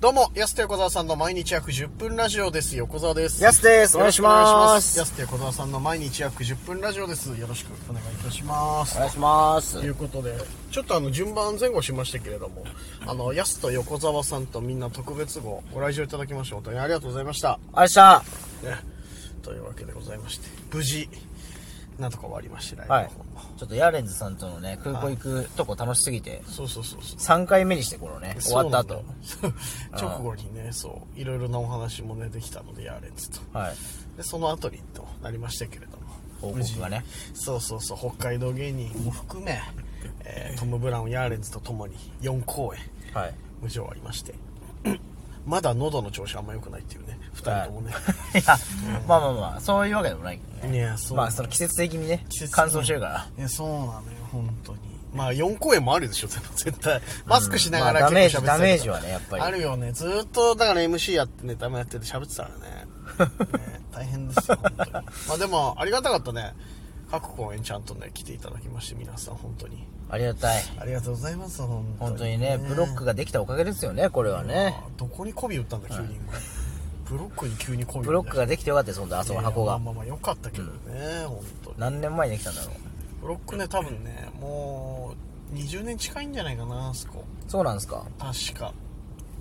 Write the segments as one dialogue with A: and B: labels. A: どうも、安手横澤さんの毎日約10分ラジオです。横澤です。
B: やすです。お願いしま
A: よろ
B: す。
A: しくお願いします安手横澤さんの毎日約10分ラジオです。よろしくお願いいたします
B: お。願いします
A: とい。うことで、ちょっとあの、順番前後しましたけれども、あの、安と横澤さんとみんな特別号、ご来場いただきまして、本当にありがとうございました。
B: あれした。
A: ね、というわけでございまして、無事、なんとか終わりまして、ライブ
B: は
A: の
B: い
A: 方も。。
B: ちょっとヤーレンズさんとのね、空港行くとこ楽しすぎて、
A: そうそうそうそう。
B: 3回目にしてこのね、終わった後。
A: そうなんだよ 直後にね、そう、いろいろなお話もね、できたので、やれっつと。
B: はい。
A: でその後にとなりましたけれども
B: 報告がね
A: 無事そうそうそう北海道芸人も含め、えートム・ブラウン・ヤーレンズとともに4公演
B: はい。
A: 無事終わりまして まだ喉の調子あんま良くないっていうね2人ともね、
B: いや、まあまあまあ、そういうわけでもないけど
A: い、
B: ね。
A: やそう、
B: まあ、その季節的にね
A: 季、節
B: 乾燥してるから。
A: いやそうなのよ本当にまあ4公演もあるでしょでも絶対マスクしながら
B: まあダメージ
A: 結構喋ってたから
B: ダメージはねやっぱり
A: あるよねずーっとだから MC やってネタもやってて喋ってた からねね大変ですよ本当にまあでもありがたかったね各公演ちゃんとね来ていただきまして皆さん本当に
B: ありがたい。
A: ありがとうございます本当に
B: 本当にね、ブロックができたおかげですよね、これはね
A: あ。どこに媚び打ったんだ急に今ブロックに急に媚び打った
B: ブロックができてよかったです、本当あそこの箱
A: いや
B: が
A: ま。あまあまあ良かったけどね本当に
B: 何年前にできたんだろう。
A: ブロックね多分ねもう20年近いんじゃないかなあそこ
B: そうなんですか。
A: 確か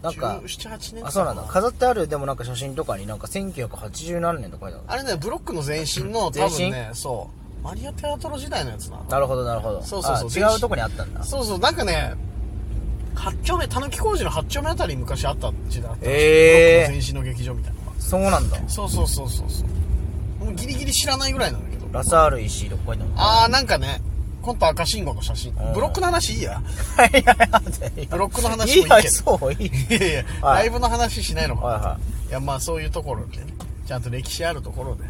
B: なんか
A: 1718年か
B: あ、そうなんだ。飾ってある、でもなんか写真とかになんか1980何年とか書いてある。
A: あれねブロックの前身の
B: 前
A: 多分
B: 身
A: ねそうマリア・テアトロ時代のやつな
B: なるほど、なるほど。
A: そうそうそう
B: あ違うとこにあったんだ。
A: そうそうなんかね八丁目たぬき工事の八丁目あたりに昔あった時代あったらしいブロッ
B: えー
A: クの前身の劇場みたいなのが
B: そうなんだ。
A: そうそうそうそうそうもうギリギリ知らないぐらいなんだけど
B: ラサール石井とか書いて
A: ああなんかねコント赤信号の写真
B: ん
A: ブロックの話いいや
B: ある。いやいやいや
A: ブロックの話
B: い
A: もいいけど
B: や、そう、いい。
A: いやいや、
B: は
A: ラ
B: い
A: イブの話しないのかな、、
B: はいはい
A: やまあそういうところでねちゃんと歴史あるところで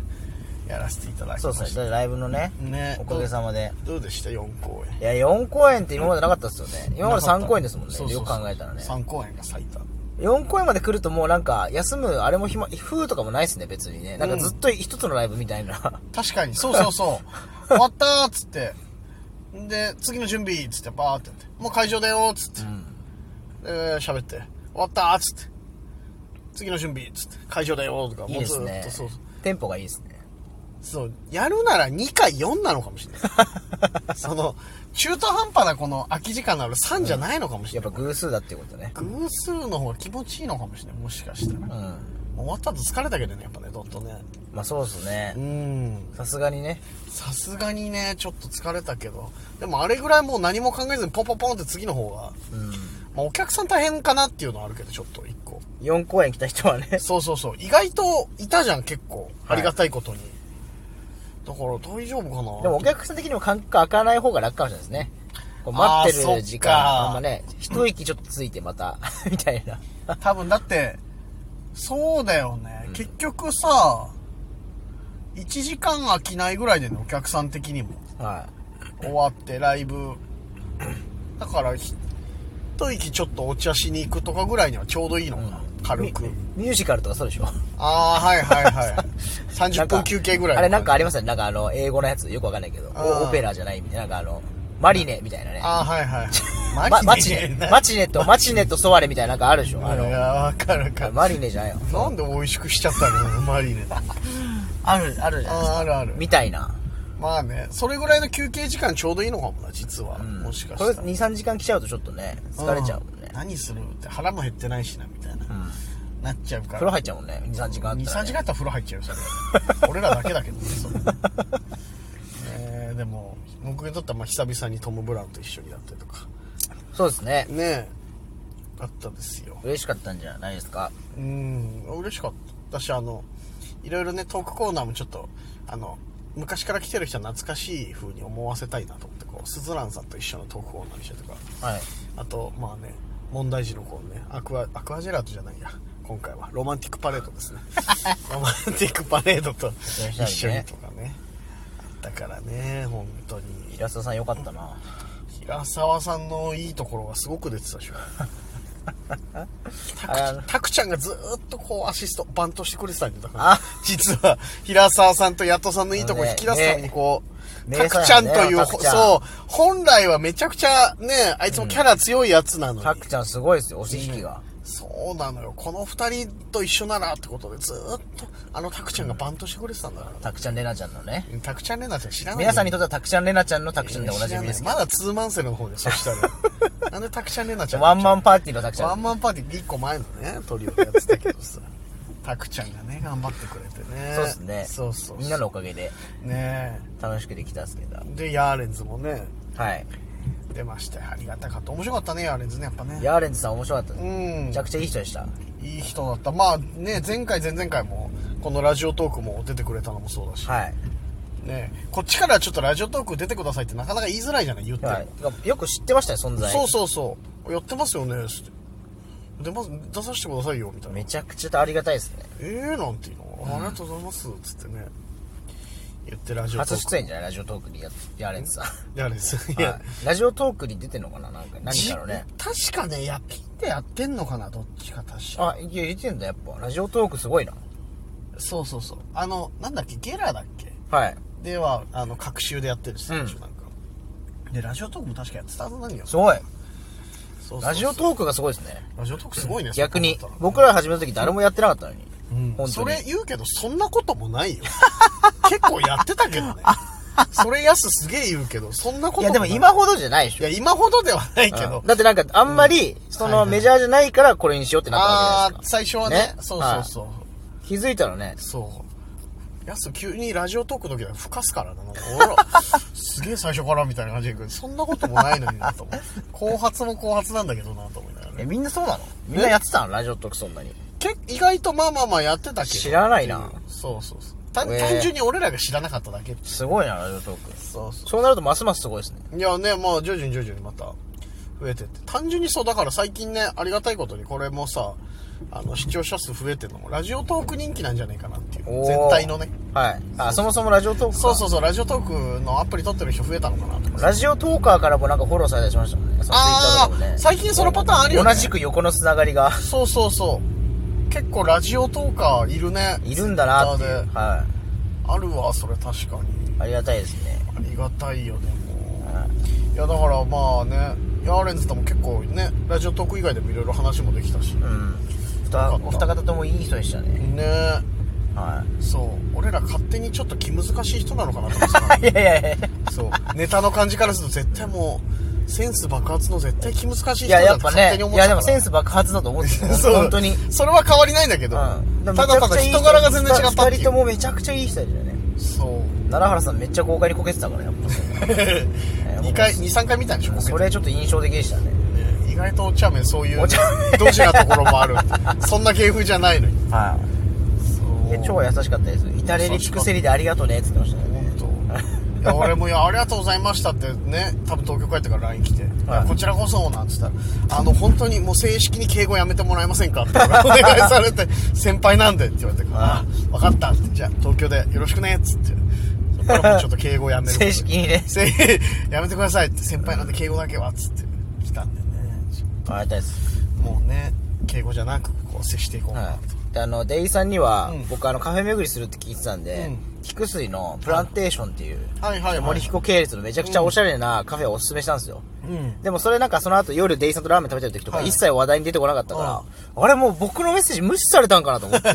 A: やらせていただきました
B: そうですね。ライブのね、
A: ね
B: おかげさまで。
A: どうでした4公演
B: いや、4公演って今までなかったですよね。今まで3公演ですもんね。
A: そうそう
B: よ
A: そう
B: く考えたらね。
A: 3公演が最多
B: 4公演まで来るともうなんか、休む、あれも暇、風とかもないですね、別にね。なんか
A: うん
B: ずっと一つのライブみたいな。
A: 確かにそうそうそう 終わったーっつってで次の準備っつってバーってやってもう会場だよーっつってで喋、って終わったーっつって次の準備っつって会場だよーとか
B: いい
A: もう
B: で
A: ず
B: す
A: ーっ
B: ね
A: とそうそう。
B: テンポがいいですね。
A: そう、やるなら2か4なのかもし れない。その、中途半端なこの空き時間のある3じゃないのかもし
B: や
A: れ
B: っ
A: な
B: ぱ
A: い。
B: 偶数だっていうことね。
A: 偶数の方が気持ちいいのかもしれない、もしかしたら。
B: うん。
A: 終わった後疲れたけどね、やっぱね、どっとね。
B: まあそうですね
A: う。ん。
B: さすがにね。
A: さすがにね、ちょっと疲れたけど、でもあれぐらいもう何も考えずにポンポンポンって次の方が、
B: うん。
A: まあお客さん大変かなっていうのはあるけど、ちょっと1個。
B: 4公演来た 人はね。
A: そうそうそう。意外といたじゃん、結構。
B: は
A: あ
B: い
A: りがたいことに。だから大丈夫かな
B: でもお客さん的にも間隔開かない方が楽かもしれないですね。こう待ってる時
A: あーそっか
B: 間、あんまね、一息ちょっとついてまた、 みたいな。
A: 多分だってそうだよね、結局さ1時間飽きないぐらいでねお客さん的にも
B: は
A: 終わってライブだからひ一息ちょっとお茶しに行くとかぐらいにはちょうどいいのか、軽く
B: い。ミュージカルとかそうで しょ
A: ああはいはいはい 30分休憩ぐらい
B: あれなんかあ
A: れ
B: りますよね。なんかあの、英語のやつ、よくわかんないけど、
A: あー
B: おオペラじゃないみたいな、なんかあの、マリネみたいなね。
A: ああはいはい
B: まマチネ、 マ
A: チ
B: チネと、マチネとソワレみたいななんかあるでしょあ
A: あのい
B: の、
A: やわかるわかる
B: マリネじゃないよ。
A: なんで美味しくしちゃったのマ リネあ
B: ある、あるじゃないです
A: あ
B: か。
A: あるある
B: みたいな。
A: まあね、それぐらいの休憩時間ちょうどいいのかもな、実は。
B: うん
A: もしか
B: こ
A: し
B: れ
A: たら。
B: 2、3時間来ちゃうとちょっとね、疲れちゃうもんね
A: ん。何するって腹も減ってないしな、みたいな。なっちゃうから。
B: 風呂入っちゃうもんね。2、3時間あった
A: 2、
B: ら。
A: 3時間あったら風呂入っちゃうよ、それ。 俺らだけだけどね、それえーでも、僕にとってはまあ久々にトム・ブラウンと一緒になったりとか。
B: そうですね。
A: ねえ。あったですよ。
B: 嬉しかったんじゃないですか
A: うん、嬉しかった。私、あの、いろいろね、トークコーナーもちょっと、あの、昔から来てる人は懐かしい風に思わせたいなと思って、こう、スズランさんと一緒のトークコーナーにしたりとか。
B: はい
A: あとまあね問題児のこうねアクアアクアジェラートじゃないや今回はロマンティックパレードですねロマンティックパレードと一緒にとかねだからね本当に
B: 平沢さんよかったな
A: 平沢さんのいいところがすごく出てたでしょタク
B: あの
A: タクちゃんがずーっとこうアシストバントしてくれてたんだよだから
B: あ
A: 実は平沢さんとヤトさんのいいところ
B: ね
A: 引き出すためにこう、
B: ね
A: タクちゃんという、
B: 名作
A: ほ
B: だよね
A: そう本来はめちゃくちゃねあいつもキャラ強いやつなのに、
B: たくちゃんすごいですよ押し引きが、
A: そうなのよこの2人と一緒ならってことでずーっとあのタクちゃんがバントしてくれてたんだから、
B: たくちゃんれなちゃんのね。
A: タクちゃんレナちゃん知らない
B: 皆さんに
A: と
B: とってはたくちゃんれなちゃんのたくちゃんでおなじみですけ
A: まだツーマンセルの方でそした らなんでタクちゃんレナちゃ
B: ど。
A: ん
B: ワンマンパーティーのたくちゃ
A: ワ
B: ん。
A: ンマンパーティーで1個前のねトリオでやってたけどさタクちゃんがね頑張ってくれてね
B: そうですね。
A: そうそうそう
B: みんなのおかげで
A: ね
B: 楽しくできたんですけど。
A: えでヤーレンズもね
B: はい。
A: 出ましたよありがたかった面白かったねヤーレンズねやっぱね
B: ヤーレンズさん面白かったです。
A: うん
B: めちゃくちゃいい人でした。
A: いい人だったまあね前回前々回もこのラジオトークも出てくれたのもそうだし、
B: はい。
A: ねえこっちからちょっとラジオトーク出てくださいってなかなか言いづらいじゃない言っても、
B: はい。よく知ってましたね、存在。
A: そうそうそうやってますよねつって出ます出させてくださいよみたいな
B: めちゃくちゃありがたいですね。
A: ええなんていうの、ありがとうございますっつってね言ってラジオト
B: 初
A: ーク
B: 出演じゃないラジオトークにや、ヤーレンズさん。
A: いやあれですい
B: は
A: や
B: いラジオトークに出てんのかななんか、何
A: じ
B: だろうね。
A: 確かね夜勤でやってんのかなどっちか確か
B: あ、いや、言ってんだ、やっぱ。ラジオトークすごいな。
A: そうそうそうあのなんだっけゲラだっけ
B: はい。
A: ではあの隔週でやってるし
B: うん
A: 最初なんか、でラジオトークも確かやってたはずなんよ
B: すごい。
A: そうそうそう
B: ラジオトークがすごいですね。
A: ラジオトークすごいね
B: 逆に
A: そう考えたら。
B: 僕ら始めた時誰もやってなかったのに。
A: うん、
B: 本当
A: そ
B: に
A: れ。言うけどそんなこともないよ結構やってたけ どねそれやすすげえ言うけどそんなこと
B: いや、でも
A: ない
B: 今ほどじゃないでし
A: い
B: ょ。
A: や今ほどではないけど、
B: うんだってなんか、あんまり、そ
A: は
B: の
A: いはい
B: メジャーじゃないからこれにしようってなったわ
A: あ
B: けじゃない
A: あ
B: で
A: ー
B: すか。
A: 最初はね
B: ね
A: そうそうそう、
B: 気づいたらね、
A: そうやす急にラジオトークの時はふかすからな なんか俺らすげえ最初からみたいな感じで行くそんなこともないのになと思う後発も後発なんだけどなと思いながらね
B: え、みんなそうなのみんなやってたのラジオトークそんなに。
A: け意外とまあまあまあやってたけど
B: 知らないな
A: ってうそうそうそう単,、
B: えー
A: 単純に俺らが知らなかっただけ
B: すごいな、ラジオトーク。
A: そうそ
B: そうなるとますますすごいですね。
A: ういやねまあ徐々に徐々にまた増えてって単純にそうだから最近ねありがたいことにこれもさあの視聴者数増えてるのもラジオトーク人気なんじゃないかなっていう
B: おー
A: 全体のね
B: はい。あ、そもそもラジオトークか
A: そうそうそうラジオトークのアプリ撮ってる人増えたのかなとか
B: ラジオトーカーからもなんかフォローされたりしましたもんね。その
A: あー
B: Twitter とかもね
A: 最近そのパターンあるよね
B: 同じく横のつながりが
A: そうそうそう結構ラジオトーカーいるね
B: いるんだなっていう
A: Twitter で
B: は
A: あるわそれ確かに
B: い。ありがたいですね。
A: ありがたいよねもういやだからまあねヤーレンズとも結構ねラジオトーク以外でもいろいろ話もできたし
B: うん。ふたお二方ともいい人でしたね。
A: ね
B: は
A: そう俺ら勝手にちょっと気難しい人なのかなと思ってた
B: い。いやいやいや。
A: そうネタの感じからすると絶対もうセンス爆発の絶対気難しい人
B: いや、
A: だ
B: やっ
A: と
B: ぱ
A: 勝
B: ね
A: 手に、思っ
B: い
A: てた
B: や、で
A: か
B: も
A: ら
B: センス爆発だと思うん ですよ。
A: そう
B: 本当に。
A: それは変わりないんだけど、
B: うん
A: ただただ人柄が全然違ったって
B: 二
A: い
B: 人と
A: う
B: もめちゃくちゃいい人だよね。
A: そう
B: 奈良原さんめっちゃ豪快にこけてたから、やっぱ。
A: 2回23回見たんでしょボケて
B: それちょっと印象的でしたね。
A: 意外とお茶目そういう
B: お茶目
A: ドジなところもあるそんな芸風じゃないのに
B: は
A: そう
B: いや。超優しかったです。至れり尽くせりでありがとうねって言ってましたね。
A: いや俺もいや「ありがとうございました」ってね多分東京帰ってから LINE 来て、いやこちらこそ」なんつったら「あの本当にもう正式に敬語やめてもらえませんか?」ってお願いされて「先輩なんで」って言われて「あ分かった」って「じゃあ東京でよろしくね」っつってそっからもうちょっと敬語やめること
B: 正
A: に
B: 式にね。
A: せやめてくださいって先輩なんで敬語だけはっつって来たんでね
B: ありがたいです。
A: もうね敬語じゃなくこう接していこうかな
B: は
A: と、
B: い。であの、デイさんには、
A: うん
B: 僕あの、カフェ巡りするって聞いてたんで、菊水のプランテーションっていう、
A: はい、はいはい
B: 森彦系列のめちゃくちゃおしゃれなカフェをおすすめしたんですよ。
A: うん
B: でもそれなんかその後夜デイさんとラーメン食べてる時とか
A: はい
B: 一切話題に出てこなかったから、あれもう僕のメッセージ無視されたんかなと思って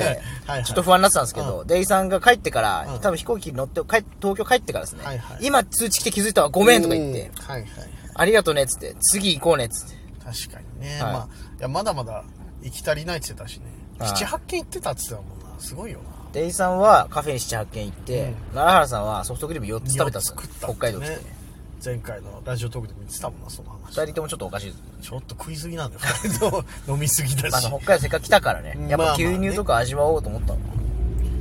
A: はい、
B: ちょっと不安になってたんですけど、デイさんが帰ってから、多分飛行機に乗って、帰東京帰ってからですね
A: はいはい、
B: 今通知来て気づいたわ、ごめんとか言っ
A: う
B: て
A: ん、はいはいはい
B: ありがとうねっつって、次行こうねっつって。
A: 確かにね、
B: はい
A: まあいやまだまだ行き足りないって言ってたしね
B: はい
A: 78件行ってたって言ってたもんなすごいよな
B: デイさんはカフェに7、8軒行って、
A: うん
B: 奈良原さんはソフトクリーム4つ食べたんですよ
A: 作った
B: 北
A: って
B: 海道来てね。
A: 前回のラジオトークでも言ってたもんなその話
B: 二人ともちょっとおかしいです。
A: ちょっと食いすぎなんだよ2人 とも飲みすぎだ
B: まあ、
A: し
B: 北海道せっかく来たからね
A: うん、
B: やっ
A: まあま
B: ぱ
A: あね
B: 牛乳とか味わおうと思ったの。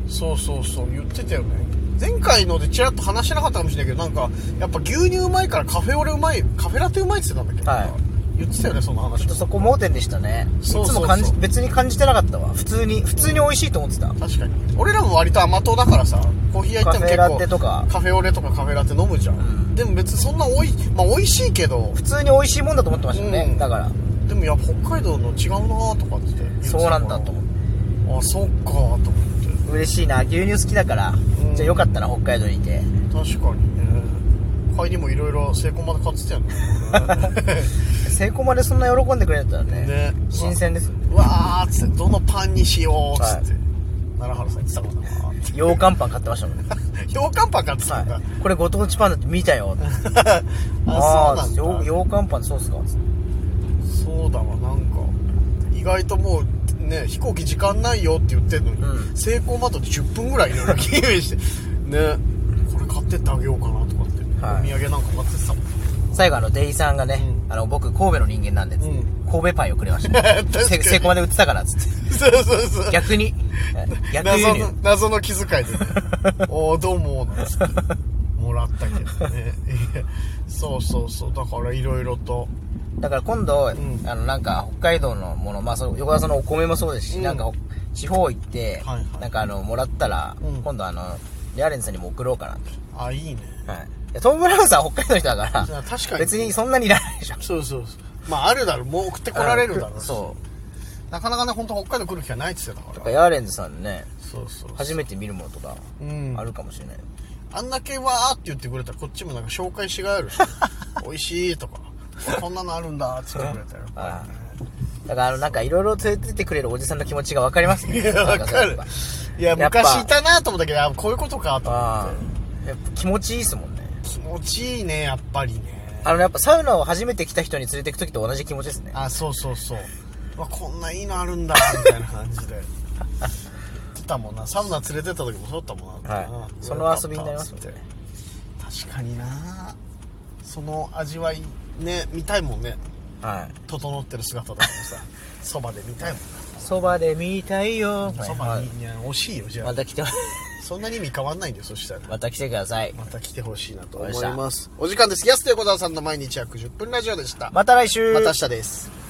A: そうそうそう言ってたよね前回のでちらっと話してなかったかもしれないけどなんかやっぱ牛乳うまいからカフェオレうまいカフェラテうまいって言ってたんだけど、
B: はい
A: 言ってたよねその話
B: ちょっとそこ盲点でしたね。いつ
A: そうそうそう
B: も感じ、別に感じてなかったわ。普通に、普通に美味しいと思ってた。
A: 確かに俺らも割と甘党だからさコーヒー屋行っても結構
B: カフェラテとか
A: カフェオレとかカフェラテ飲むじゃん、でも別にそんなおいまあ美味しいけど
B: 普通に美味しいもんだと思ってましたよね、
A: うん
B: だから
A: でもいや北海道の違うなとかって言ってた
B: そうなんだと思っ
A: あそっかと思って
B: て嬉しいな牛乳好きだから、
A: うん
B: じゃあよかったな北海道にいて
A: 確かにね帰りもいろいろ成功まで買ってたよね
B: 成功までそんな喜んでくれたらね
A: ね
B: 新鮮ですよね
A: ううわーっつってどのパンにしようっつって、
B: は
A: 奈良原さん言ってたもんな
B: 羊羹パン買ってましたもん ね。
A: 羊羹パン買ってたんだ、
B: はい。これご当地パンだって見たよ。
A: あそ
B: ー
A: うなんだ
B: 羊羊羹パンってそうっすか
A: そうだわなんか意外ともうね飛行機時間ないよって言ってんのに、
B: うん
A: 成功まで10分ぐらいいろい ろ勤務してねこれ買ってってあげようかなとかって、
B: はい
A: お土産なんか買ってってたもん
B: 最後あの、デイさんがね、
A: う
B: あの、僕、神戸の人間なんで、つって
A: う
B: 神戸パンをくれました、ね
A: 確かに
B: せセコまで売ってたから、つって。
A: そうそうそう
B: 逆に、はい逆輸
A: 謎
B: 入
A: の。謎の気遣いで、ね「おおどうも」なんつってもらったけどねいやそうそうそうだからいろいろと
B: だから今度、
A: ん
B: あの、なんか、北海道のもの、まあ、その横田さんのお米もそうですし、
A: うん
B: なんか、地方行って、
A: はいはい
B: なんかあの、もらったら、
A: うん
B: 今度あの、レアレンさんにも送ろうかなと。
A: あいいね
B: はいいや。トム・ブラウンさんは北海道の人だから、
A: いや確かに
B: 別にそんなにいらないでしょ。
A: そうそうそうまああるだろうもう送ってこられるだろうし
B: そう。
A: なかなかね本当北海道来る機会ないっつってた
B: やっ
A: か
B: ぱ
A: ら
B: ヤーレンズさんね
A: そうそうそう
B: 初めて見るものとか
A: うん
B: あるかもしれない、
A: あんだけわーって言ってくれたらこっちもなんか紹介しがいあ るし美味しいとかこんなのあるんだっつってくれ たら
B: ああだからあのなんかいろいろ連れてってくれるおじさんの気持ちが分かりますね
A: いやわ
B: なん
A: か
B: そうやっ
A: る
B: ぱ
A: いや
B: やっぱ
A: 昔いたなと思ったけどあこういうことかと思
B: あ
A: って
B: あやっぱ気持ちいいですもんね
A: 気持ちいいねやっぱりね
B: あのやっぱサウナを初めて来た人に連れてく時と同じ気持ちですね
A: あそうそうそううわこんないいのあるんだみたいな感じで 言ってたもんなサウナ連れてった時もそうだったもんな、
B: は
A: うん
B: いその遊びになりますもんね
A: 確かになその味わいね見たいもんね
B: はい
A: 整ってる姿とかも さそばで見たいもん
B: そばで見たいよ
A: なそば
B: は
A: に
B: い
A: いや惜しいよじゃあ
B: また来て
A: そんなに意味変わんないんだよそしたら
B: また来てください
A: また来てほしいなと
B: わ
A: 思
B: かりました
A: いますお時間です安手小沢さんの毎日約10分ラジオでした
B: また来週
A: また明日です